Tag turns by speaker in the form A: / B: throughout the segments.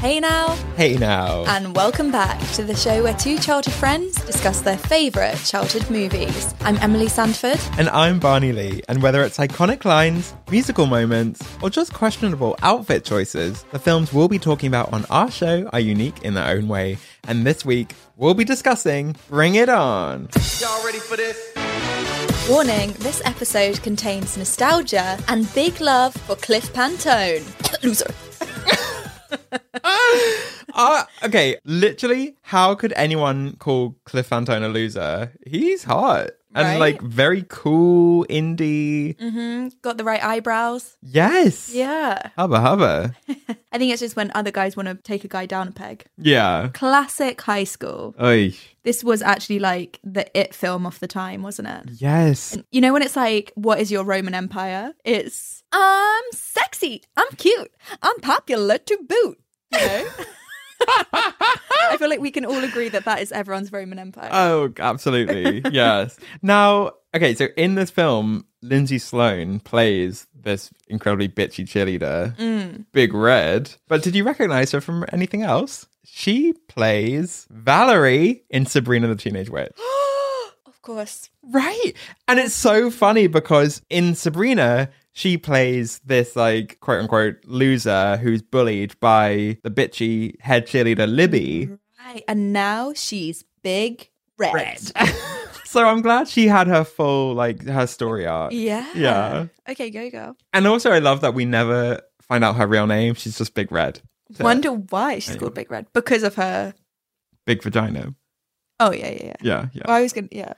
A: Hey now,
B: Hey now.
A: and welcome back to the show where two childhood friends discuss their favourite childhood movies. I'm Emily Sandford.
B: and I'm Barney Lee, and whether it's iconic lines, musical moments, or just questionable outfit choices, the films we'll be talking about on our show are unique in their own way. And this week, we'll be discussing Bring It On.
C: Y'all ready for this?
A: Warning this episode contains nostalgia and big love for Cliff Pantone. Loser.
B: Uh, okay, literally, how could anyone call Cliff Fantone a loser? He's hot and
A: Right?
B: like very cool, indie.
A: Got the right eyebrows.
B: Yes.
A: Yeah.
B: Hubba hubba.
A: I think it's just when other guys want to take a guy down a peg.
B: Yeah.
A: Classic high school.
B: Oy.
A: This was actually like the it film of the time, wasn't it?
B: Yes.
A: You know when it's like, what is your Roman Empire? It's I'm sexy, I'm cute, I'm popular to boot. You know? I feel like we can all agree that that is everyone's Roman Empire.
B: Oh, absolutely. yes. Now, okay, so in this film, Lindsay Sloan plays this incredibly bitchy cheerleader,
A: Mm.
B: Big Red. But did you recognize her from anything else? She plays Valerie in Sabrina the Teenage Witch.
A: of course.
B: Right. And it's so funny because in Sabrina, she plays this like quote unquote loser who's bullied by the bitchy head cheerleader Libby.
A: Mm-hmm. Right. And now she's big red.
B: So I'm glad she had her full like her story arc.
A: Yeah.
B: Yeah.
A: Okay, go girl.
B: And also I love that we never find out her real name. She's just Big Red. So,
A: Wonder why she's called Big Red. Because of her
B: Big vagina.
A: Oh yeah, yeah, yeah.
B: Yeah, yeah.
A: Well, I was gonna yeah.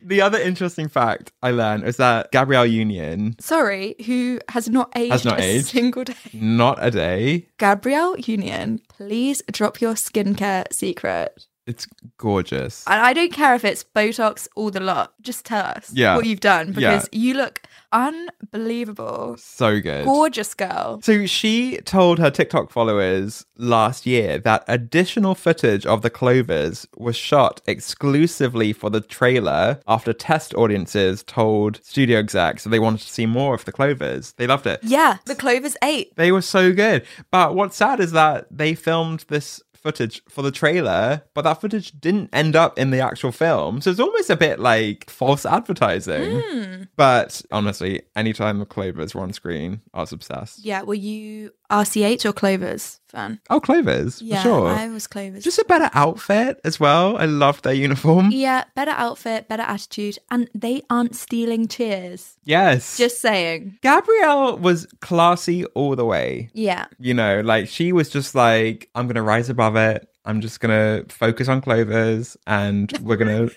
B: the other interesting fact I learned was that Gabrielle Union,
A: Sorry, who has not aged
B: Has not
A: a
B: aged.
A: single day.
B: not a day.
A: Gabrielle Union, please drop your skincare secret.
B: It's gorgeous.
A: And I don't care if it's Botox or the lot. Just tell us
B: Yeah.
A: what you've done
B: Yeah.
A: because you look unbelievable.
B: so good.
A: Gorgeous girl.
B: So she told her TikTok followers last year that additional footage of the Clovers was shot exclusively for the trailer after test audiences told studio execs that they wanted to see more of the Clovers. They loved it.
A: Yeah, the Clovers 8.
B: They were so good. But what's sad is that they filmed this footage for the trailer, but that footage didn't end up in the actual film. So it's almost a bit like false advertising.
A: Hmm.
B: But honestly, anytime the Clovers were on screen, I was obsessed.
A: Yeah, were you RCH or Clovers fan?
B: Oh, Clovers. for
A: Yeah,
B: sure.
A: I was Clovers.
B: Just a better outfit as well. I loved their uniform.
A: yeah, better outfit, better attitude, and they aren't stealing cheers.
B: Yes.
A: Just saying.
B: Gabrielle was classy all the way.
A: Yeah.
B: You know, like she was just like, I'm going to rise above it. I'm just going to focus on Clovers and we're going to.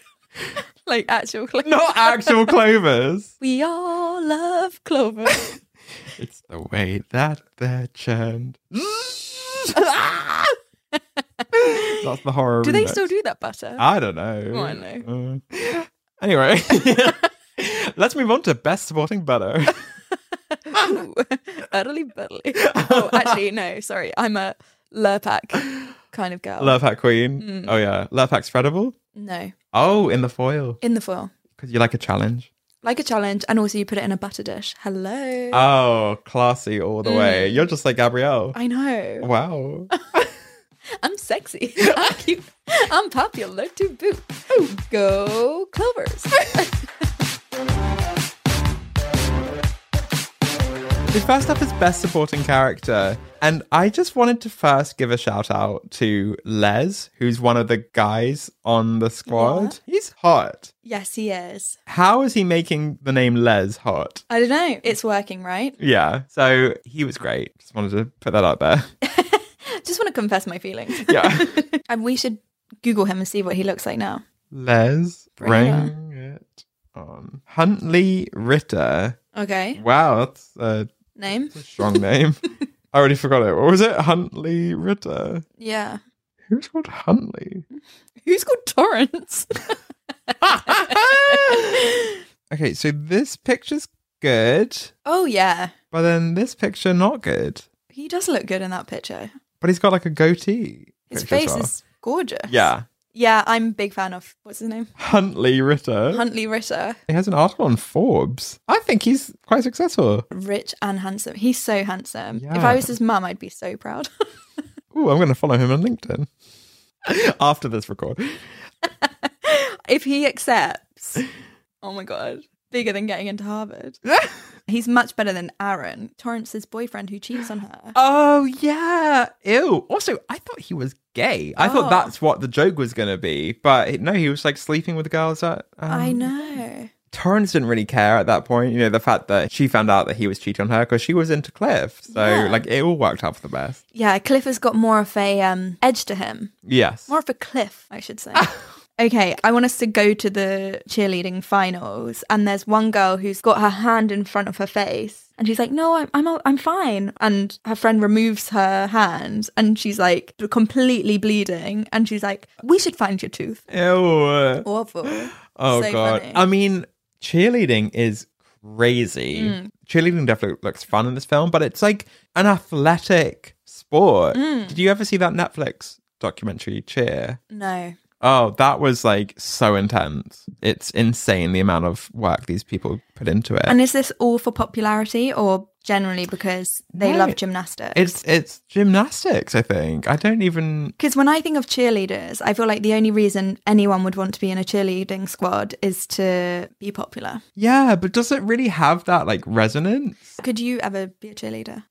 A: Like Oh, actual Clovers.
B: Not actual Clovers.
A: We all love Clovers.
B: It's the way that they're churned. That's the horror.
A: do they
B: remix.
A: still do that butter?
B: I don't know.
A: Oh, I know.
B: Uh, anyway, let's move on to best supporting butter.
A: Ooh, Utterly buttly. Oh, actually, no, sorry. I'm a Lurpak kind of girl. Hmm.
B: Love Hack Queen. Oh yeah, Love Hack's Credible.
A: No,
B: Oh, in the foil.
A: in the foil.
B: Because you like a challenge.
A: Like a challenge, and also you put it in a butter dish. Hello.
B: Oh, classy all the way. You're just like Gabrielle.
A: Hmm. I know.
B: Wow.
A: I'm sexy. I'm cute. I'm popular to boot. Oh, Go Clovers.
B: The first up is Best Supporting Character. And I just wanted to first give a shout out to Les, who's one of the guys on the squad. He's hot.
A: yes, he is.
B: How is he making the name Les hot?
A: I don't know. It's working, right?
B: Yeah. So he was great. Just wanted to put that out there.
A: Just want to confess my feelings.
B: Yeah.
A: and we should Google him and see what he looks like now.
B: Les,
A: Bring it
B: bring it on. Huntley Ritter.
A: Okay.
B: Wow, that's a
A: Name?
B: strong name. I already forgot it. What was it? Huntley Ritter.
A: Yeah.
B: Who's called Huntley?
A: Who's called Torrance?
B: Okay, so this picture's good,
A: oh, yeah.
B: but then this picture not good.
A: He does look good in that picture.
B: But he's got like a goatee.
A: His
B: picture as
A: face
B: well.
A: is gorgeous.
B: yeah.
A: Yeah, I'm a big fan of what's his name?
B: Huntley Ritter.
A: Huntley Ritter.
B: he has an article on Forbes. I think he's quite successful.
A: Rich and handsome. He's so handsome. If
B: Yeah.
A: I was his mum, I'd be so proud.
B: Ooh, I'm going to follow him on LinkedIn after this record.
A: if he accepts, oh my god, bigger than getting into Harvard. He's much better than Aaron, Torrance's boyfriend who cheats on her.
B: Oh yeah. Ew. Also, I thought he was gay. I
A: Oh.
B: thought that's what the joke was gonna be. But it- no, he was like sleeping with girls at um,
A: I know.
B: Torrance didn't really care at that point, you know, the fact that she found out that he was cheating on her because she was into Cliff. So
A: Yeah.
B: like it all worked out for the best.
A: Yeah, Cliff has got more of a um, edge to him,
B: Yes.
A: more of a cliff, I should say. okay, I want us to go to the cheerleading finals, and there's one girl who's got her hand in front of her face. And she's like, no, I'm, I'm, all- I'm fine. And her friend removes her hand and she's like completely bleeding. And she's like, we should find your tooth.
B: Ew.
A: Awful.
B: Oh
A: so
B: god.
A: funny.
B: I mean, cheerleading is crazy.
A: Mm.
B: Cheerleading definitely looks fun in this film, but it's like an athletic sport.
A: Mm.
B: Did you ever see that Netflix documentary Cheer?
A: No.
B: Oh, that was like so intense. It's insane the amount of work these people put into it.
A: And is this all for popularity or generally because they
B: No.
A: love gymnastics?
B: it's it's gymnastics, I think. I don't even
A: Because when I think of cheerleaders, I feel like the only reason anyone would want to be in a cheerleading squad is to be popular.
B: Yeah, but does it really have that like resonance?
A: Could you ever be a cheerleader?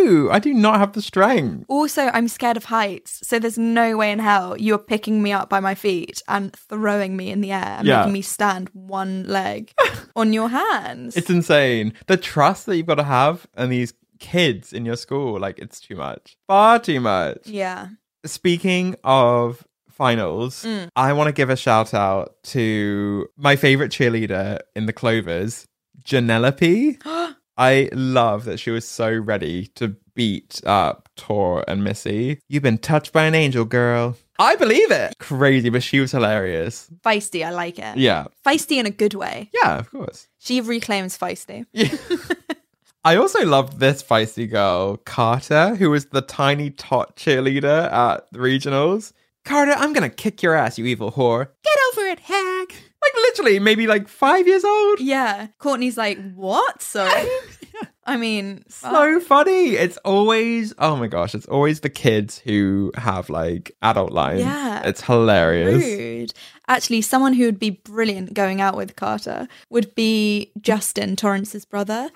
B: No, I do not have the strength.
A: Also, I'm scared of heights, so there's no way in hell you're picking me up by my feet and throwing me in the air and
B: Yeah.
A: making me stand one leg on your hands.
B: It's insane. The trust that you've got to have and these kids in your school, like it's too much. Far too much.
A: yeah.
B: Speaking of finals, I want to give a shout out to my favorite cheerleader in the Clovers, Janelope. I love that she was so ready to beat up Tor and Missy. You've been touched by an angel, girl. I believe it. Crazy, but she was hilarious.
A: Feisty, I like it.
B: Yeah.
A: Feisty in a good way.
B: Yeah, of course.
A: She reclaims feisty.
B: I also love this feisty girl, Carter, who was the tiny tot cheerleader at the regionals. Carter, I'm gonna kick your ass, you evil whore. Get over it, hag. Like literally, maybe like five years old.
A: Yeah. Courtney's like, what? Sorry. I mean,
B: So funny. It's always oh my gosh, it's always the kids who have like adult lines.
A: Yeah.
B: It's hilarious.
A: rude. Actually, someone who would be brilliant going out with Carter would be Justin, Torrance's brother.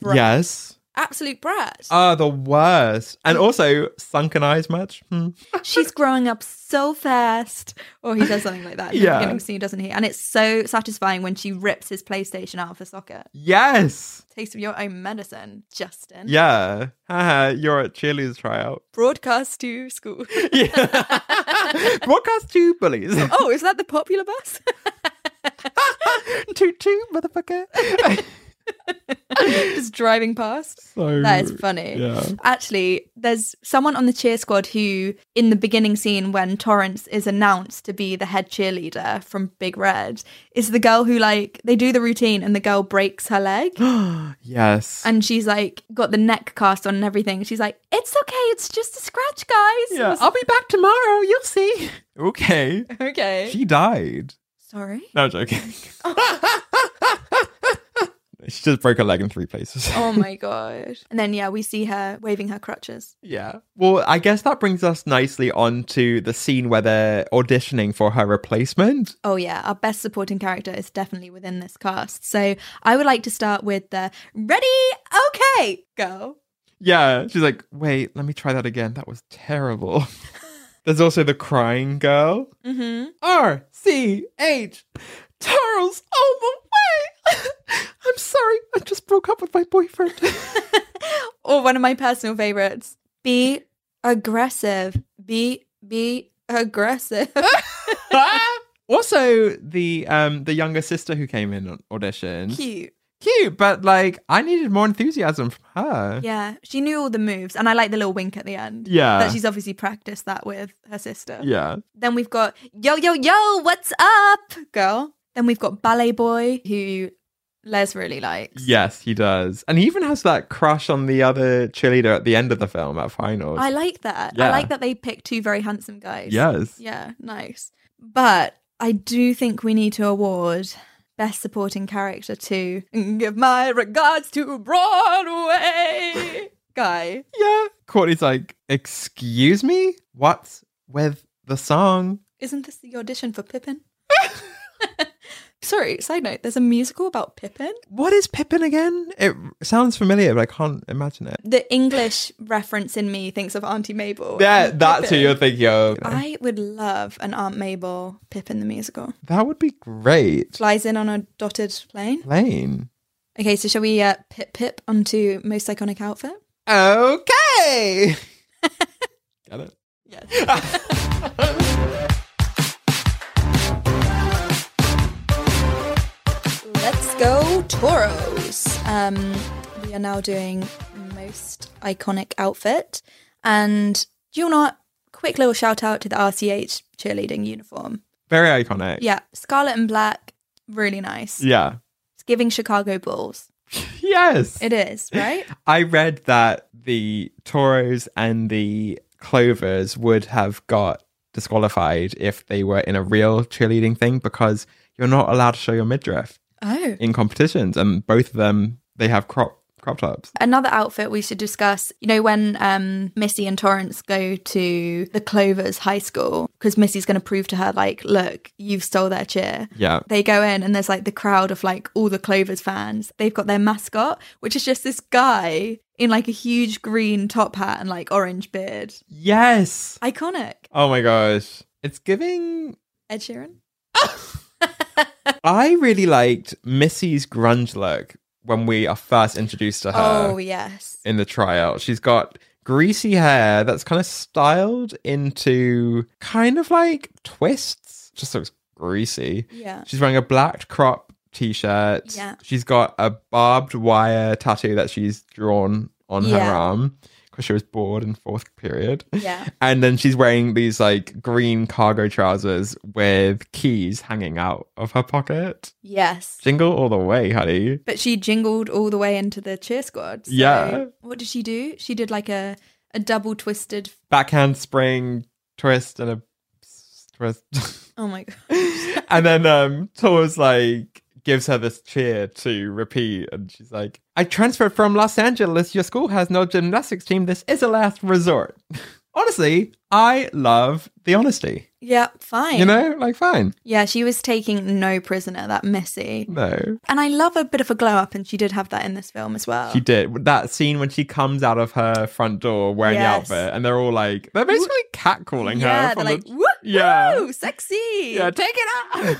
B: Yes.
A: Absolute brat.
B: Ah, the worst. And also sunken eyes much. Hmm.
A: She's growing up so fast. Or he does something like that. In
B: Yeah.
A: The beginning scene, doesn't he? And it's so satisfying when she rips his PlayStation out of the socket.
B: Yes.
A: Taste of your own medicine, Justin.
B: Yeah. Haha, you're at cheerleaders tryout.
A: Broadcast to school.
B: Yeah. Broadcast two bullies.
A: oh, is that the popular bus?
B: toot toot, motherfucker.
A: Just driving past.
B: so
A: That is funny.
B: Yeah.
A: Actually, there's someone on the cheer squad who, in the beginning scene when Torrance is announced to be the head cheerleader from Big Red, is the girl who, like, they do the routine and the girl breaks her leg.
B: Yes.
A: And she's like, got the neck cast on and everything. She's like, it's okay, it's just a scratch, guys.
B: yeah. I'll be back tomorrow. You'll see. Okay.
A: Okay.
B: She died.
A: Sorry.
B: No, I'm joking. Oh. she just broke her leg in three places.
A: Oh my god. And then yeah, we see her waving her crutches.
B: Yeah. Well, I guess that brings us nicely on to the scene where they're auditioning for her replacement.
A: Oh yeah, our best supporting character is definitely within this cast. So I would like to start with the ready, okay, go.
B: Yeah. She's like, wait, let me try that again. That was terrible. There's also the crying girl.
A: Mm-hmm.
B: R C H. Charles, all the way. I'm sorry. I just broke up with my boyfriend.
A: or one of my personal favorites. Be aggressive. Be be aggressive.
B: also, the um the younger sister who came in on audition.
A: Cute.
B: Cute, but like I needed more enthusiasm from her.
A: Yeah, she knew all the moves, and I like the little wink at the end.
B: Yeah.
A: that she's obviously practiced that with her sister.
B: Uh, Yeah.
A: Then we've got yo yo yo, what's up, girl? Then we've got ballet boy who Les really likes.
B: Yes, he does. And he even has that crush on the other cheerleader at the end of the film at finals.
A: I like that. I
B: Yeah.
A: like that they picked two very handsome guys.
B: yes.
A: Yeah, nice. But I do think we need to award Best Supporting Character to Give My Regards to Broadway Guy.
B: Yeah. Courtney's like, excuse me? What's with the song?
A: Isn't this the audition for Pippin? Sorry, side note, there's a musical about Pippin.
B: What is Pippin again? It sounds familiar, but I can't imagine it.
A: The English reference in me thinks of Auntie Mabel.
B: Yeah,
A: and
B: that's who
A: Pippin.
B: you're thinking of.
A: I would love an Aunt Mabel Pippin the musical.
B: that would be great.
A: Flies in on a dotted plane.
B: Lane.
A: Okay, so shall we uh, pip pip onto most iconic outfit?
B: Okay. Got it.
A: Let's go Toros. Um, we are now doing most iconic outfit, and do you not quick little shout out to the RCH cheerleading uniform?
B: Very iconic.
A: Yeah, scarlet and black, really nice.
B: Yeah.
A: It's giving Chicago Bulls.
B: Yes.
A: It is right.
B: I read that the Toros and the Clovers would have got disqualified if they were in a real cheerleading thing because you're not allowed to show your midriff
A: Oh,
B: in competitions, and both of them they have crop crop tops.
A: another outfit we should discuss. You know when um, Missy and Torrance go to the Clovers High School because Missy's going to prove to her like, look, you've stole their cheer.
B: Yeah.
A: they go in and there's like the crowd of like all the Clovers fans. They've got their mascot, which is just this guy in like a huge green top hat and like orange beard.
B: Yes.
A: Iconic.
B: Oh my gosh. It's giving
A: Ed Sheeran.
B: I really liked Missy's grunge look when we are first introduced to her
A: oh yes.
B: in the trial. She's got greasy hair that's kind of styled into kind of like twists. Just looks greasy.
A: Yeah.
B: She's wearing a black crop t-shirt.
A: Yeah.
B: She's got a barbed wire tattoo that she's drawn on
A: Yeah.
B: her arm because she was bored in fourth period.
A: Yeah.
B: And then she's wearing these like green cargo trousers with keys hanging out of her pocket.
A: Yes.
B: Jingle all the way, honey.
A: But she jingled all the way into the cheer squad. so-
B: Yeah.
A: What did she do? She did like a a double twisted.
B: Backhand spring twist and a s- twist.
A: Oh my god.
B: and then um Tor's like gives her this cheer to repeat and she's like, I transferred from Los Angeles. Your school has no gymnastics team. This is a last resort. Honestly, I love the honesty.
A: Yeah. Fine.
B: You know, like fine.
A: Yeah. She was taking no prisoner. That Missy.
B: No.
A: And I love a bit of a glow up, and she did have that in this film as well.
B: She did that scene when she comes out of her front door wearing
A: Yes.
B: the outfit, and they're all like, they're basically catcalling
A: yeah,
B: her.
A: they're
B: from
A: like,
B: the-
A: woo,
B: Yeah.
A: woo, sexy.
B: yeah, take it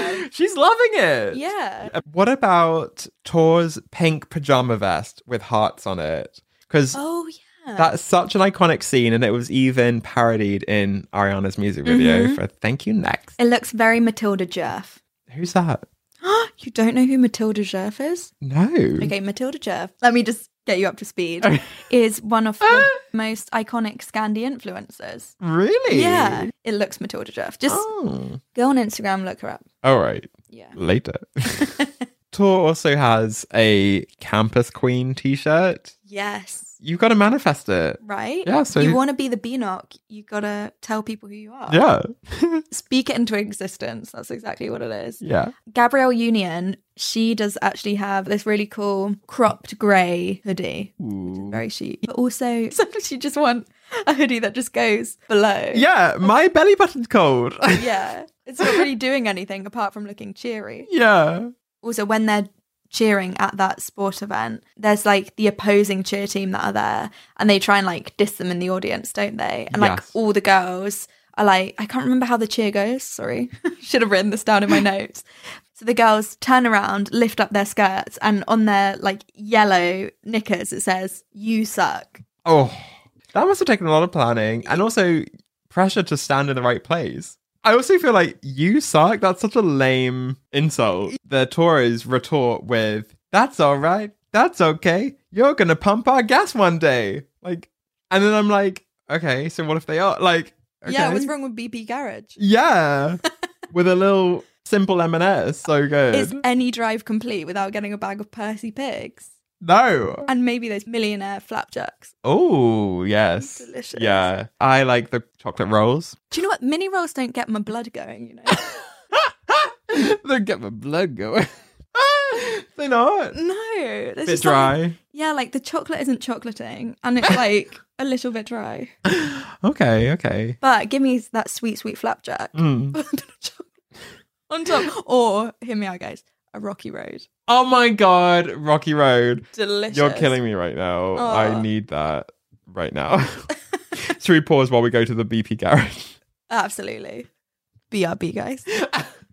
B: out. She's loving it.
A: Yeah.
B: Uh, What about Tor's pink pajama vest with hearts on it? Because
A: Oh, yeah.
B: that's such an iconic scene, and it was even parodied in Ariana's music video
A: Mm-hmm.
B: for "Thank You Next."
A: it looks very Matilda Jerf.
B: Who's that?
A: you don't know who Matilda Jerf is?
B: No.
A: Okay, Matilda Jerf. Let me just get you up to speed. is one of the
B: Ah.
A: most iconic Scandi influencers.
B: Really?
A: Yeah. It looks Matilda Jerf. Just
B: Oh.
A: go on Instagram, look her up.
B: All right.
A: Yeah.
B: later. Tor also has a Campus Queen t shirt.
A: Yes.
B: You've got to manifest it.
A: right?
B: Yeah, so
A: you
B: you-
A: want to be the Beanock, you gotta tell people who you are.
B: Yeah.
A: Speak it into existence. That's exactly what it is.
B: Yeah.
A: Gabrielle Union, she does actually have this really cool cropped grey hoodie.
B: Ooh.
A: Very chic. But also sometimes you just want a hoodie that just goes below.
B: Yeah, my belly button's cold.
A: Yeah. It's not really doing anything apart from looking cheery.
B: yeah.
A: also when they're cheering at that sport event there's like the opposing cheer team that are there and they try and like diss them in the audience don't they and like
B: Yes.
A: all the girls are like i can't remember how the cheer goes sorry should have written this down in my notes so the girls turn around lift up their skirts and on their like yellow knickers it says you suck
B: Oh, that must have taken a lot of planning and also pressure to stand in the right place. I also feel like you suck. That's such a lame insult. The Tories retort with, That's all right. That's okay. You're going to pump our gas one day. Like, and then I'm like, Okay, so what if they are? Like, okay.
A: yeah what's wrong with bp garage
B: Yeah. with a little simple M&S. So good.
A: is any drive complete without getting a bag of percy pigs
B: no.
A: and maybe those millionaire flapjacks
B: Oh, yes.
A: Delicious.
B: Yeah. I like the chocolate rolls.
A: Do you know what? Mini rolls don't get my blood going, you know?
B: they get my blood going. they not.
A: no. There's
B: Bit
A: just something-
B: dry.
A: yeah, like the chocolate isn't chocolating and it's like a little bit dry.
B: Okay, okay.
A: But give me that sweet, sweet flapjack
B: Mm.
A: on top. Or, hear me out, guys, a rocky road.
B: Oh my god, Rocky Road.
A: Delicious.
B: You're killing me right now. I
A: Aw.
B: need that right now. Should we pause while we go to the BP garage?
A: Absolutely. BRB, guys.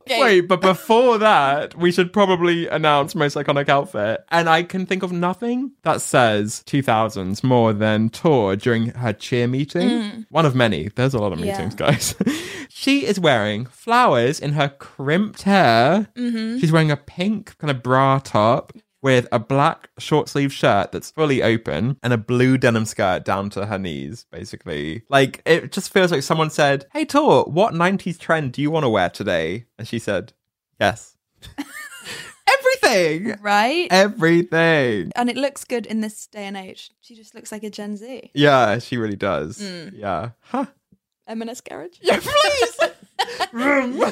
B: Wait, but before that, we should probably announce most iconic outfit. And I can think of nothing that says 2000s more than Tor during her cheer meeting. One of many. There's a lot of
A: Yeah.
B: meetings, guys. she is wearing flowers in her crimped hair. She's wearing a pink kind of bra top with a black short sleeve shirt that's fully open and a blue denim skirt down to her knees, basically. Like, it just feels like someone said, Hey, Tor, what 90s trend do you want to wear today? And she said, Yes. Everything.
A: Right?
B: Eh. Everything.
A: and it looks good in this day and age. She just looks like a Gen Z.
B: Yeah, she really does. Yeah. Huh.
A: M&S Garage.
B: Yeah, please. Vroom.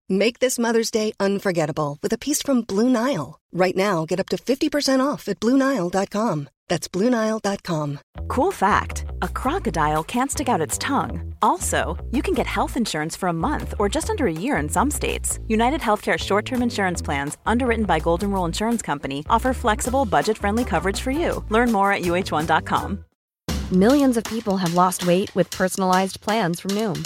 C: Make this Mother's Day unforgettable with a piece from Blue Nile. Right now, get up to 50% off at BlueNile.com. That's BlueNile.com.
D: Cool fact a crocodile can't stick out its tongue. Also, you can get health insurance for a month or just under a year in some states. United Healthcare short term insurance plans, underwritten by Golden Rule Insurance Company, offer flexible, budget friendly coverage for you. Learn more at uh1.com.
E: Millions of people have lost weight with personalized plans from Noom,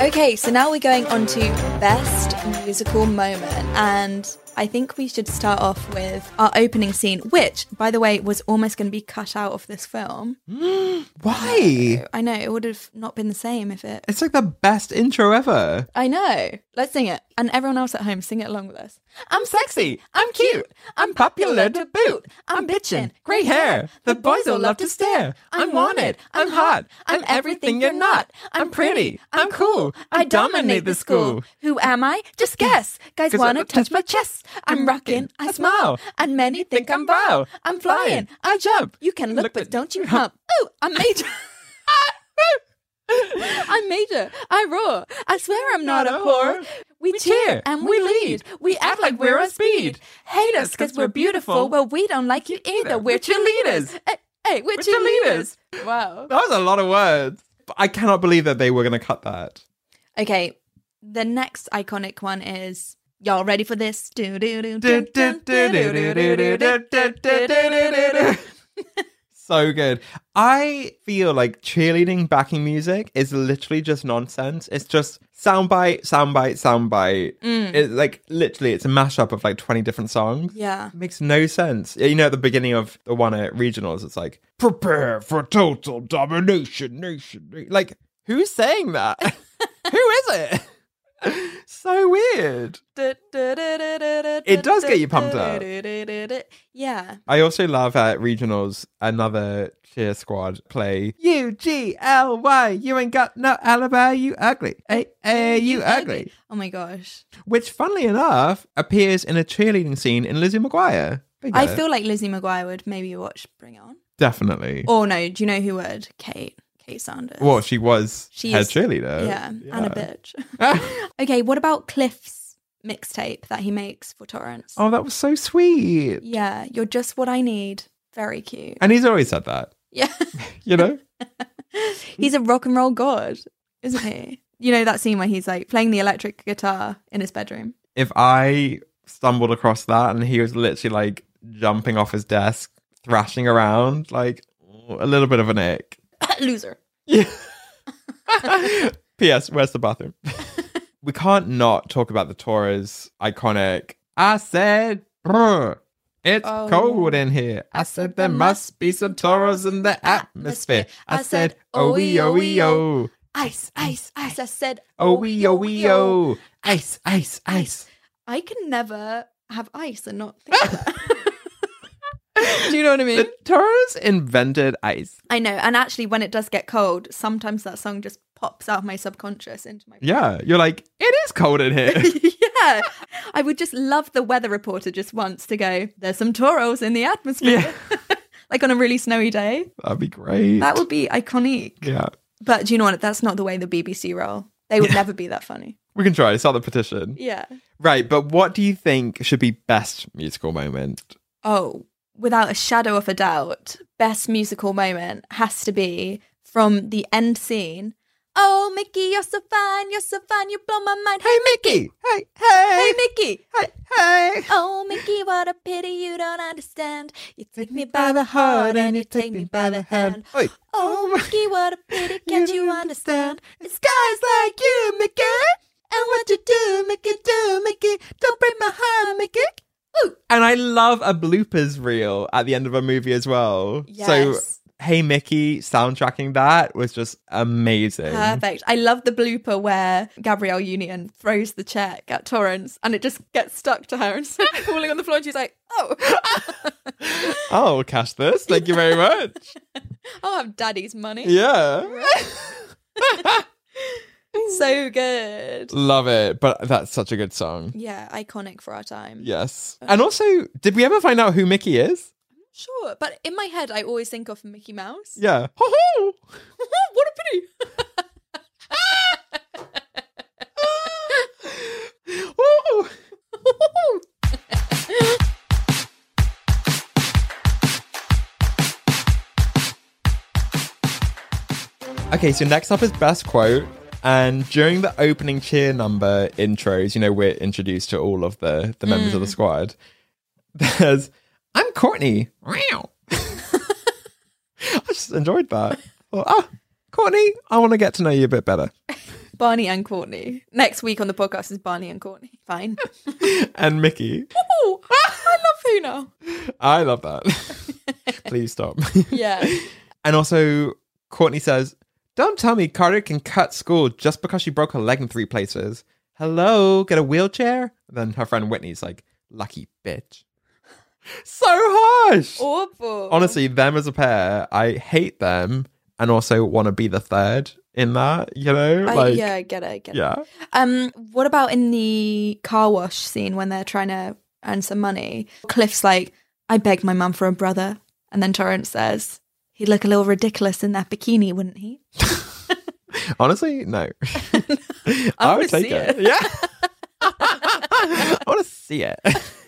A: Okay, so now we're going on to best musical moment, and I think we should start off with our opening scene, which, by the way, was almost going to be cut out of this film.
B: Why?
A: I know it would have not been the same if it.
B: It's like the best intro ever.
A: I know. Let's sing it, and everyone else at home sing it along with us. I'm
B: sexy.
A: sexy. I'm cute. I'm popular to boot. I'm bitchin'. Grey hair. The boys all love to stare. I'm wanted. I'm hot. I'm everything you're not. I'm pretty. I'm cool. I dominate the school. Who am I? Just guess. Guys
B: Guess I-
A: wanna touch my chest. I'm rockin'. I smile, and many think I'm wow. I'm flying. I jump. You can look, but don't you hump. Ooh, I'm major. I'm major. I roar. I swear I'm not, a whore. We, cheer and we lead. We act like we're on speed. Hate us because we're beautiful. Well, we don't like you either. We're cheerleaders. Hey, hey we're, cheerleaders. Wow.
B: That was a lot of words. But I cannot believe that they were going to cut that.
A: Okay. The next iconic one is y'all ready for this? Do do do do do do do do do
B: So good. I feel like cheerleading backing music is literally just nonsense. It's just soundbite, soundbite, soundbite. It's like literally, it's a mashup of like 20 different songs.
A: Yeah.
B: It makes no sense. You know, at the beginning of the one at regionals, it's like, prepare for total domination, nation. na-" Like, who's saying that? Who is it? so weird.
A: It
B: does get you pumped up.
A: Yeah.
B: I also love at regionals another cheer squad play. U G L Y. You ain't got no alibi. You ugly. Hey, hey, you ugly.
A: Oh my gosh.
B: Which, funnily enough, appears in a cheerleading scene in Lizzie McGuire. There you
A: I
B: go.
A: feel like Lizzie McGuire would maybe watch Bring It On.
B: definitely.
A: Or no, do you know who would? Kate. Kate Sanders.
B: Well, she was
A: She
B: head
A: is-
B: cheerleader.
A: Yeah, and a bitch. okay, what about Cliff's mixtape that he makes for Torrance?
B: Oh, that was so sweet.
A: Yeah, you're just what I need. Very cute.
B: And he's always said that,
A: Yeah.
B: you know?
A: he's a rock and roll god, isn't he? You know that scene where he's like playing the electric guitar in his bedroom.
B: if I stumbled across that and he was literally like jumping off his desk, thrashing around, like a little bit of an ick.
A: Loser.
B: Yeah. P.S. Where's the bathroom? we can't not talk about the Torres iconic. I said, "Brr, it's
A: Oh,
B: cold in here. I said there must be some Toros in the atmosphere. I said, oh, oh, oh,
A: Ice, ice, ice. I said,
B: oh, oh, oh, ice, ice, ice.
A: I can never have ice and not think of that. Do you know what I mean?
B: The Toros invented ice.
A: I know. And actually, when it does get cold, sometimes that song just pops out of my subconscious into my.
B: Yeah, you're like, it is cold in here.
A: yeah. I would just love the weather reporter just once to go, there's some toros in the atmosphere. like on a really snowy day.
B: That'd be great.
A: That would be iconic.
B: yeah.
A: But do you know what? That's not the way the BBC roll. They would never be that funny.
B: We can try. Start the petition.
A: Yeah.
B: Right, but what do you think should be best musical moment?
A: Oh, without a shadow of a doubt, best musical moment has to be from the end scene. Oh, Mickey, you're so fine. You're so fine. You blow my mind. Hey, Mickey.
B: Hey,
A: Hey,
B: hey,
A: Mickey.
B: hey, hey.
A: Oh, Mickey, what a pity you don't understand. You take me by the heart and you take me by the hand.
B: Oi.
A: Oh, Mickey, what a pity, can't you understand?
B: It's guys like you, Mickey. And what you do, Mickey, do, Mickey. Don't break my heart, Mickey. Ooh. And I love a bloopers reel at the end of a movie as well.
A: Yes.
B: So, Hey Mickey, soundtracking that was just amazing.
A: Perfect. I love the blooper where Gabrielle Union throws the check at Torrance and it just gets stuck to her instead of falling on the floor. And she's like, oh,
B: I'll Oh, cash this. Thank you very much.
A: I'll have daddy's money.
B: Yeah.
A: So good.
B: Love it. But that's such a good song.
A: Yeah, iconic for our time.
B: Yes. And also, did we ever find out who Mickey is?
A: Sure. But in my head, I always think of Mickey Mouse.
B: Yeah. Ho ho!
A: what a pity.
B: Woo! okay, so next up is best quote. And during the opening cheer number intros, you know, we're introduced to all of the, the members of
A: Mm.
B: the squad. There's, I'm Courtney. Wow. I just enjoyed that. Well, ah, Courtney, I want to get to know you a bit better.
A: Barney and Courtney. Next week on the podcast is Barney and Courtney. Fine.
B: and Mickey.
A: Ooh, I love who now.
B: I love that. Please stop.
A: Yeah.
B: And also, Courtney says, Don't tell me Carter can cut school just because she broke her leg in three places. Hello, get a wheelchair? Then her friend Whitney's like, Lucky bitch. So harsh.
A: Oh. Awful.
B: Honestly, them as a pair, I hate them and also want to be the third in that, you know?
A: I,
B: like,
A: yeah, I get it. I get it.
B: yeah.
A: Um, what about in the car wash scene when they're trying to earn some money? Cliff's like, I beg my mum for a brother. And then Torrance says, he'd look a little ridiculous in that bikini, wouldn't he?
B: Honestly, no. I,
A: wanna
B: would take
A: see
B: it.
A: it.
B: Yeah. I want to see it.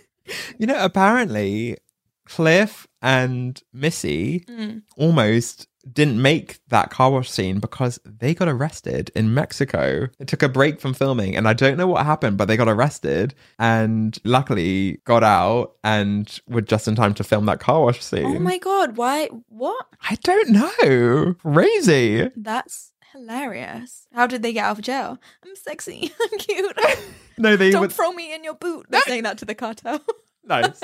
B: you know, apparently Cliff and Missy
A: Mm.
B: almost didn't make that car wash scene because they got arrested in Mexico. They took a break from filming and I don't know what happened, but they got arrested and luckily got out and were just in time to film that car wash scene.
A: Oh my God. Why? What?
B: I don't know. Crazy.
A: That's hilarious. How did they get out of jail? I'm sexy. I'm cute.
B: No, they
A: Don't
B: would-
A: throw me in your boot. They're saying that to the cartel. Oh,
B: Nice.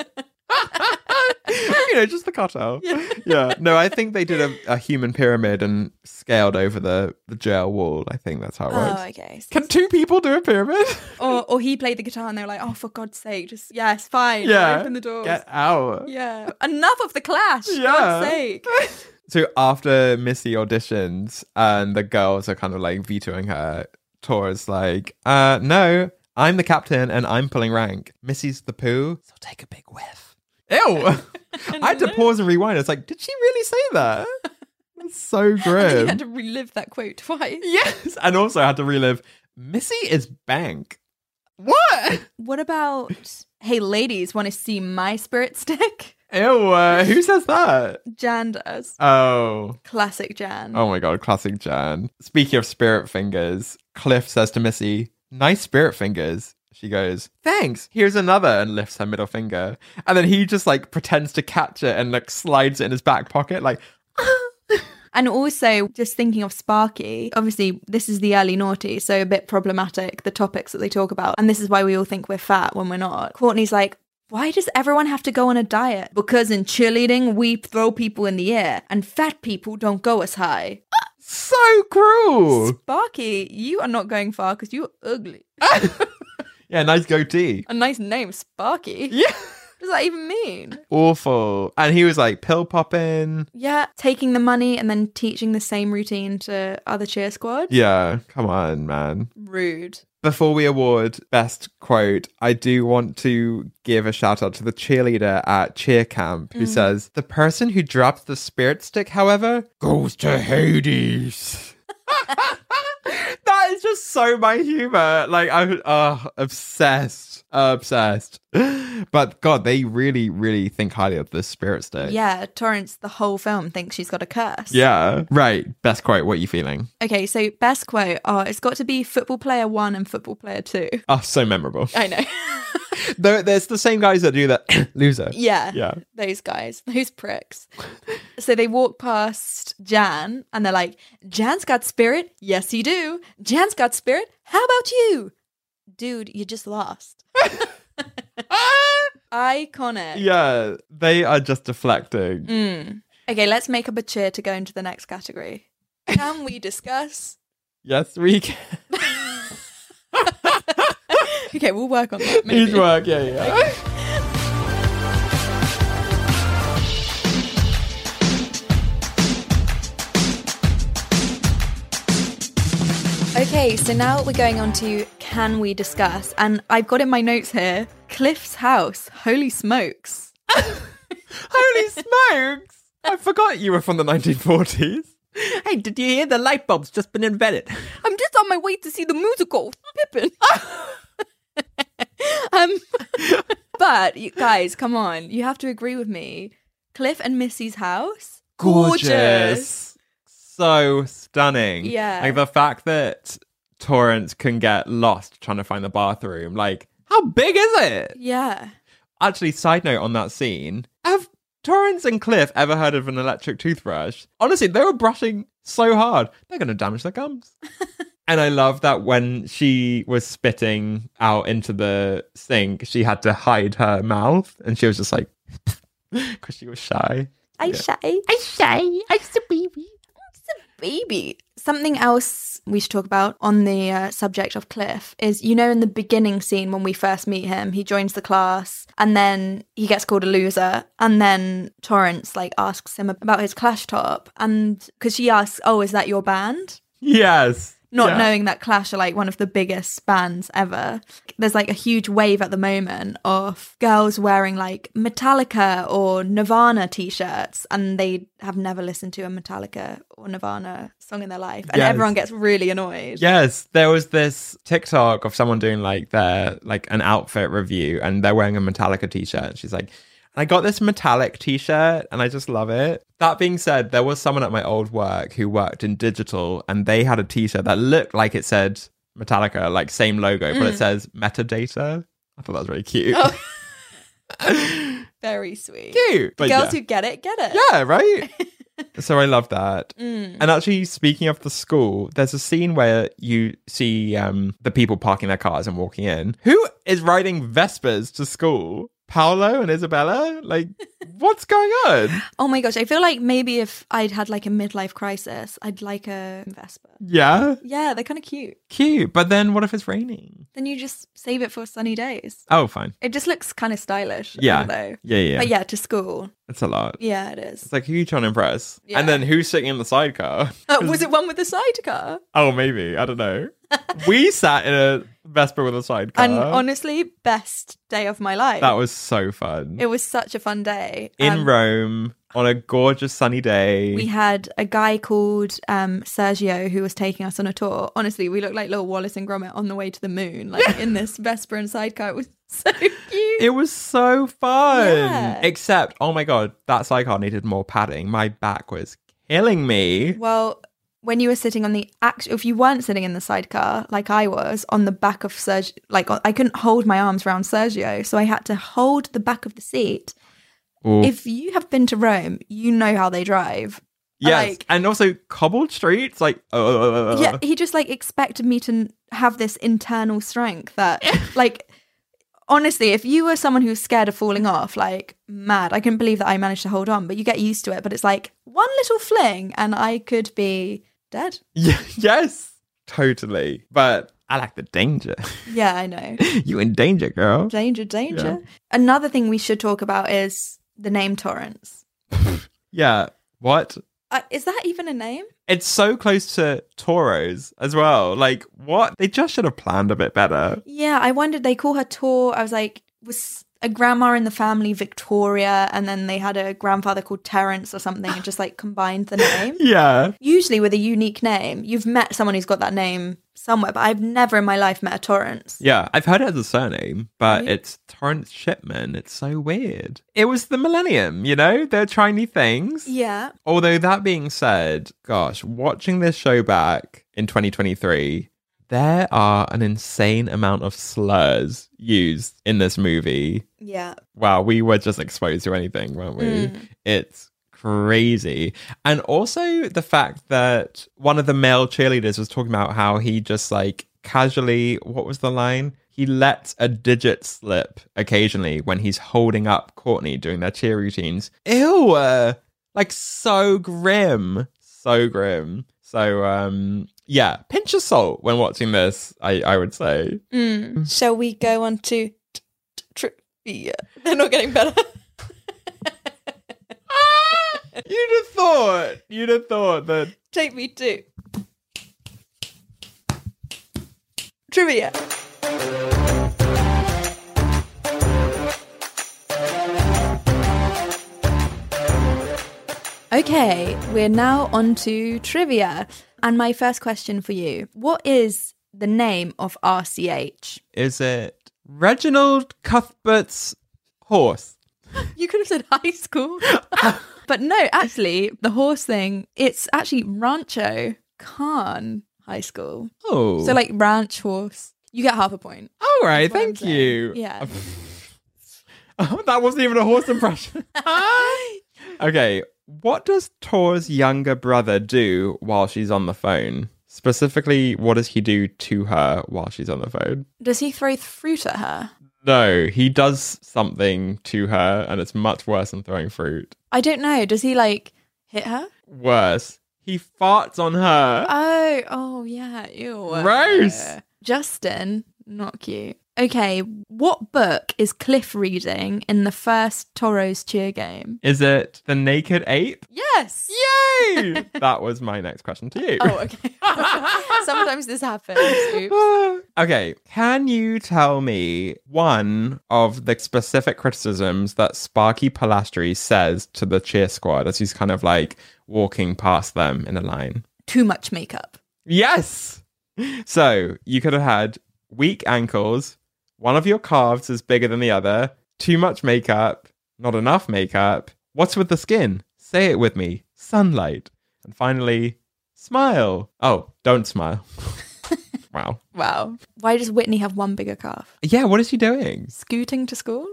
B: you know, just the cartel. Yeah. No, I think they did a, a human pyramid and scaled over the, the jail wall. I think that's how it works.
A: Oh, okay. So-
B: Can two people do a pyramid?
A: or, or he played the guitar and they were like, oh, for God's sake, just, yes, fine.
B: yeah.
A: Open the doors.
B: Get out.
A: Yeah. Enough of the clash. For God's
B: Yeah.
A: sake.
B: So after Missy auditions and the girls are kind of like vetoing her, Tora's like, uh, no, I'm the captain and I'm pulling rank. Missy's the poo, so take a big whiff. Ew. I had to pause and rewind. It's like, did she really say that? That's so
A: And you
B: grim.
A: had to relive that quote twice.
B: Yes, and also I had to relive. Missy is bank. What?
A: What about, hey, ladies, want to see my spirit stick?
B: Ew. uh, who says that?
A: Jan does.
B: Oh.
A: Classic Jan.
B: Oh my god, classic Jan. Speaking of spirit fingers, Cliff says to Missy, "Nice spirit fingers." She goes, "Thanks." Here's another, and lifts her middle finger. And then he just like pretends to catch it and like slides it in his back pocket. Like,
A: And also, just thinking of Sparky, obviously, this is the early naughty, so a bit problematic, the topics that they talk about. And this is why we all think we're fat when we're not. Courtney's like, why does everyone have to go on a diet? Because in cheerleading, we throw people in the air, and fat people don't go as high.
B: so cruel.
A: Sparky, you are not going far because you're ugly.
B: Yeah, nice goatee.
A: A nice name, Sparky.
B: Yeah.
A: What does that even mean?
B: Awful. And he was like pill popping.
A: Yeah, taking the money and then teaching the same routine to other cheer squad.
B: Yeah, come on, man.
A: Rude.
B: Before we award best quote, I do want to give a shout out to the cheerleader at cheer camp who says, "The person who drops the spirit stick, however, goes to Hades." that is just so my humor. Like I'm uh, obsessed, obsessed. But God, they really, really think highly of the spirit stick.
A: Yeah, Torrance, the whole film thinks she's got a curse.
B: Yeah. Right. Best quote. What are you feeling?
A: Okay, so best quote are it's got to be football player one and football player two.
B: Oh, so memorable.
A: I know.
B: Though there's the same guys that do that. Loser.
A: yeah.
B: Yeah.
A: Those guys, those pricks. so they walk past Jan and they're like, Jan's got spirit. Yes, you do. Jan's got spirit. How about you? Dude, you just lost. Iconic. Hmm.
B: Yeah, they are just deflecting.
A: Okay, let's make up a cheer to go into the next category. Can we discuss?
B: Yes, we can.
A: Okay, we'll work on that. Maybe.
B: Each work, yeah, yeah.
A: Okay, so now we're going on to can we discuss? And I've got in my notes here Cliff's house. Holy smokes.
B: Holy smokes! I forgot you were from the 1940s. Hey, did you hear the light bulb's just been invented?
A: I'm just on my way to see the musical Pippin. um, but you guys, come on, you have to agree with me. Cliff and Missy's house.
B: So stunning.
A: Yeah.
B: Like the fact that Torrance can get lost trying to find the bathroom, like, how big is it?
A: Yeah.
B: Actually, side note on that scene, have Torrance and Cliff ever heard of an electric toothbrush? Honestly, they were brushing so hard, they're going to damage their gums. And I love that when she was spitting out into the sink, she had to hide her mouth and she was just like, because she was shy.
A: I
B: Yeah.
A: shy. I shy. I'm just a baby. I'm just a baby. Something else we should talk about on the uh, subject of Cliff is you know, in the beginning scene when we first meet him, he joins the class and then he gets called a loser. And then Torrance like asks him about his Clash top. And because she asks, Oh, is that your band?
B: Yes.
A: not
B: Yeah.
A: knowing that Clash are like one of the biggest bands ever. There's like a huge wave at the moment of girls wearing like Metallica or Nirvana t shirts, and they have never listened to a Metallica or Nirvana song in their life. And
B: Yes.
A: everyone gets really annoyed.
B: Yes, there was this TikTok of someone doing like their like an outfit review, and they're wearing a Metallica t-shirt. And she's like, "I got this metallic t-shirt, and I just love it." That being said, there was someone at my old work who worked in digital, and they had a t-shirt that looked like it said Metallica, like same logo, but it says metadata. I thought that was very cute.
A: Very sweet.
B: cute, but
A: Girls
B: yeah.
A: who get it, get it.
B: Yeah, right? so I love that.
A: Mm.
B: And actually, speaking of the school, there's a scene where you see um, the people parking their cars and walking in. Who is riding Vespers to school? Paolo and Isabella? Like, what's going on?
A: Oh my gosh. I feel like maybe if I'd had like a midlife crisis, I'd like a Vespa.
B: Yeah,
A: Yeah, they're kind of cute.
B: cute. But then what if it's raining?
A: Then you just save it for sunny days.
B: Oh, fine.
A: It just looks kind of stylish.
B: Yeah.
A: Though.
B: Yeah, yeah.
A: But yeah, to school.
B: It's a lot.
A: Yeah, it is.
B: It's like, who you trying to impress?
A: Yeah.
B: And then who's sitting in the sidecar?
A: Uh, was it one with the sidecar?
B: Oh, maybe. I don't know. we sat in a Vesper with a sidecar.
A: And honestly, best day of my life.
B: that was so fun.
A: it was such a fun day.
B: in
A: Um,
B: Rome on a gorgeous sunny day.
A: we had a guy called um, Sergio who was taking us on a tour. Honestly, we looked like little Wallace and Gromit on the way to the moon, like in this Vesper and sidecar. It was so cute.
B: it was so fun.
A: Yeah.
B: Except, oh my god, that sidecar needed more padding. My back was killing me.
A: well, when you were sitting on the actual, if you weren't sitting in the sidecar like I was, on the back of Sergio, like I couldn't hold my arms around Sergio, so I had to hold the back of the seat.
B: Ooh.
A: If you have been to Rome, you know how they drive.
B: yes,
A: like-
B: and also cobbled streets. Like, uh,
A: yeah, he just like expected me to n- have this internal strength that, like, honestly, if you were someone who's scared of falling off, like, mad, I couldn't believe that I managed to hold on, but you get used to it. But it's like one little fling and I could be dead.
B: yeah, yes, totally. But I like the danger.
A: Yeah, I know.
B: you in danger, girl.
A: Danger, danger. Another thing we should talk about is the name Torrance.
B: Yeah. What?
A: Uh, is that even a name?
B: It's so close to Toros as well. Like, what? They just should have planned a bit better.
A: Yeah, I wondered. They call her Tor. I was like, was a grandma in the family Victoria, and then they had a grandfather called Terence or something, and just like combined the name.
B: Yeah.
A: Usually, with a unique name, you've met someone who's got that name somewhere, but I've never in my life met a Torrance.
B: Yeah, I've heard it as a surname, but
A: Right.
B: it's Torrance Shipman. It's so weird. It was the millennium, you know? They're trying new things.
A: Yeah.
B: Although, that being said, gosh, watching this show back in 2023, there are an insane amount of slurs used in this movie.
A: Yeah.
B: Wow, we were just exposed to anything, weren't we? It's crazy. And also the fact that one of the male cheerleaders was talking about how he just like casually, what was the line? He lets a digit slip occasionally when he's holding up Courtney doing their cheer routines. Ew! uh, Like so grim. So grim. So um yeah, pinch of salt when watching this, I, I would say.
A: Shall we go on to t- t- trivia? They're not getting better.
B: You'd have thought, you'd have thought that
A: Take me to trivia. Okay, we're now on to trivia. And my first question for you What is the name of RCH?
B: is it Reginald Cuthbert's horse?
A: You could have said high school. but no, actually, the horse thing, it's actually Rancho Khan High School.
B: Oh,
A: So like ranch horse. You get half a point.
B: all right,
A: That's what
B: Oh, thank
A: I'm saying.
B: you. Oh,
A: Yeah.
B: that wasn't even a horse impression. okay, what does Tor's younger brother do while she's on the phone? Specifically, what does he do to her while she's on the phone?
A: Does he throw fruit at her?
B: No, he does something to her, and it's much worse than throwing fruit.
A: I don't know. Does he like hit her?
B: Worse, he farts on her.
A: Oh, oh yeah. Ew.
B: Gross.
A: Justin, not cute. Okay, what book is Cliff reading in the first Toros cheer game?
B: Is it the naked ape?
A: Yes.
B: Yay! that was my next question to you.
A: Oh, okay. Sometimes this happens. Oops.
B: okay, can you tell me one of the specific criticisms that Sparky Pilastri says to the cheer squad as he's kind of like walking past them in a line?
A: Too much makeup.
B: Yes. So you could have had weak ankles, one of your calves is bigger than the other, too much makeup, not enough makeup. What's with the skin? Say it with me. Sunlight. And finally, smile. Oh, don't smile. wow.
A: Wow. Why does Whitney have one bigger calf?
B: Yeah, what is she doing?
A: Scooting to school?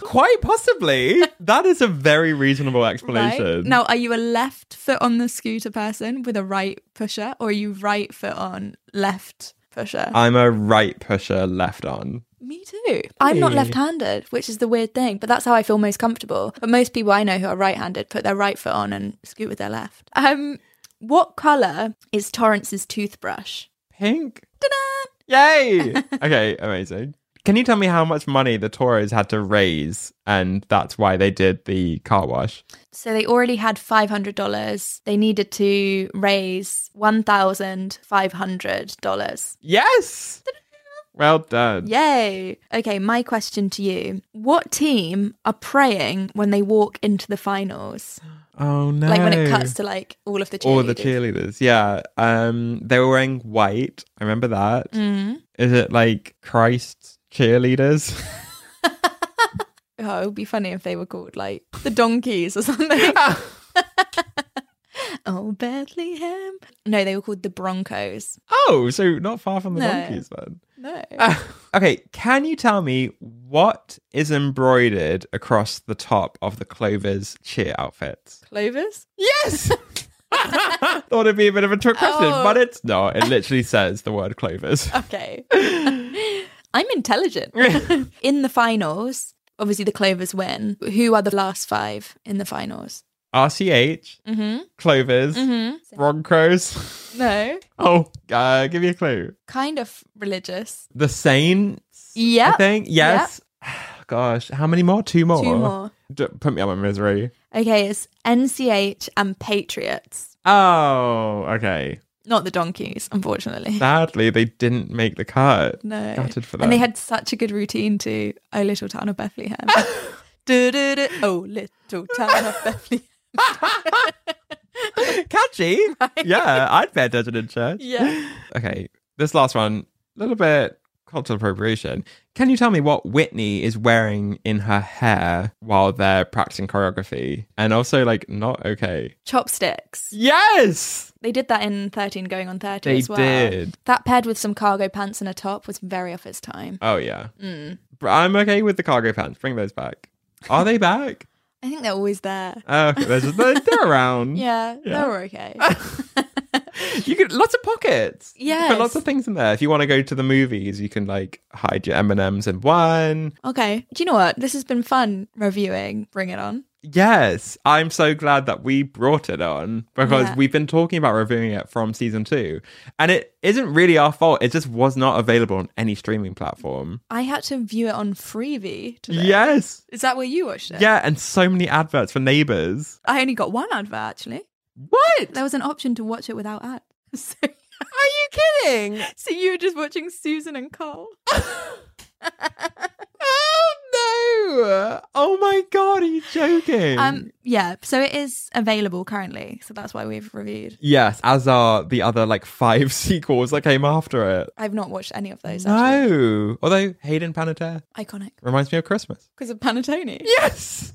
B: Quite possibly. That is a very reasonable explanation.
A: Right? Now, are you a left foot on the scooter person with a right pusher, or are you right foot on left pusher?
B: I'm a right pusher left on.
A: Me too. I'm not left handed, which is the weird thing, but that's how I feel most comfortable. But most people I know who are right handed put their right foot on and scoot with their left. Um, what colour is Torrance's toothbrush?
B: Pink?
A: Ta-da!
B: Yay! okay, amazing. Can you tell me how much money the Toros had to raise and that's why they did the car wash?
A: So they already had $500. They needed to raise $1,500.
B: Yes! Well done.
A: Yay. Okay, my question to you. What team are praying when they walk into the finals?
B: Oh no.
A: Like when it cuts to like all of the cheerleaders.
B: all the cheerleaders. Yeah. Um they were wearing white. I remember that. Is
A: Mm-hmm.
B: it like Christ's cheerleaders?
A: Oh, it would be funny if they were called like the donkeys or something. oh, Bethlehem. No, they were called the Broncos. Ah.
B: oh, so not far from the
A: No.
B: monkeys then.
A: No.
B: Okay, can you tell me what is embroidered across the top of the Clover's cheer outfits?
A: Clovers?
B: Yes. Thought it'd be a bit of a trick question,
A: Oh.
B: but it's not. It literally says the word clovers.
A: Okay. I'm intelligent. in the finals, obviously the Clovers win. Who are the last five in the finals?
B: RCH,
A: Mm-hmm.
B: clovers, Broncos.
A: No.
B: Oh, uh, give me a clue.
A: Kind of religious.
B: The Saints.
A: Yep.
B: I think yes. Oh. Gosh, how many more? Two more.
A: Two more.
B: D- put me out of my misery.
A: Okay, it's NCH and Patriots.
B: Oh, okay.
A: Not the donkeys, unfortunately.
B: Sadly, they didn't make the cut.
A: No.
B: Gutted for them.
A: And they had such a good routine to Oh Little Town of Bethlehem. do, do, do, oh Little Town of Bethlehem.
B: catchy. Yeah, I'd pay attention in church.
A: Yeah.
B: Okay, this last one, a little bit cultural appropriation. Can you tell me what Whitney is wearing in her hair while they're practicing choreography? And also, like, not okay.
A: Chopsticks.
B: Yes!
A: They did that in 13 Going on 30
B: They
A: as well.
B: did.
A: That paired with some cargo pants and a top was very off its time.
B: Oh, yeah.
A: Mm.
B: But I'm okay with the cargo pants. Bring those back. Are they back?
A: I think they're always there.
B: Oh, okay, they're, just, they're, they're around.
A: Yeah,
B: Yeah.
A: they were okay.
B: You could lots of pockets. You can
A: Yes.
B: put lots of things in there. If you want to go to the movies, you can like hide your M and M's in one.
A: okay. Do you know what? This has been fun reviewing Bring It On.
B: Yes, I'm so glad that we brought it on because
A: Yeah.
B: we've been talking about reviewing it from season two, and it isn't really our fault. It just was not available on any streaming platform.
A: I had to view it on Freebie today.
B: Yes,
A: Is that where you watched it?
B: yeah, and so many adverts for neighbors.
A: I only got one advert actually.
B: What?
A: There was an option to watch it without ads. So,
B: Are you kidding?
A: so you were just watching Susan and Carl.
B: Oh no! Oh my god, are you joking?
A: Um, yeah. So it is available currently. So that's why we've reviewed.
B: yes, as are the other like five sequels that came after it.
A: I've not watched any of those. Actually.
B: No, although Hayden Panettiere
A: Iconic
B: reminds me of Christmas.
A: because of Panettone.
B: Yes.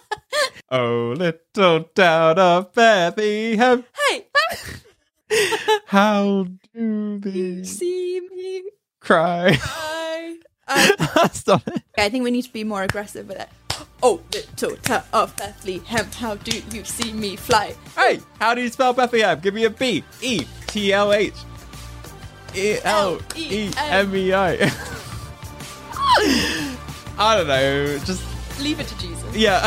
B: oh, little town of Bethlehem,
A: Hey,
B: how do thee
A: see me. Um,
B: cry?
A: I.
B: That's not it.
A: I think we need to be more aggressive with it. Oh, little town of Bethlehem, how do you see me fly?
B: Hey, how do you spell Bethlehem? Give me a B. E T L H E L E M E I. I don't know. Just
A: Leave it to Jesus.
B: yeah.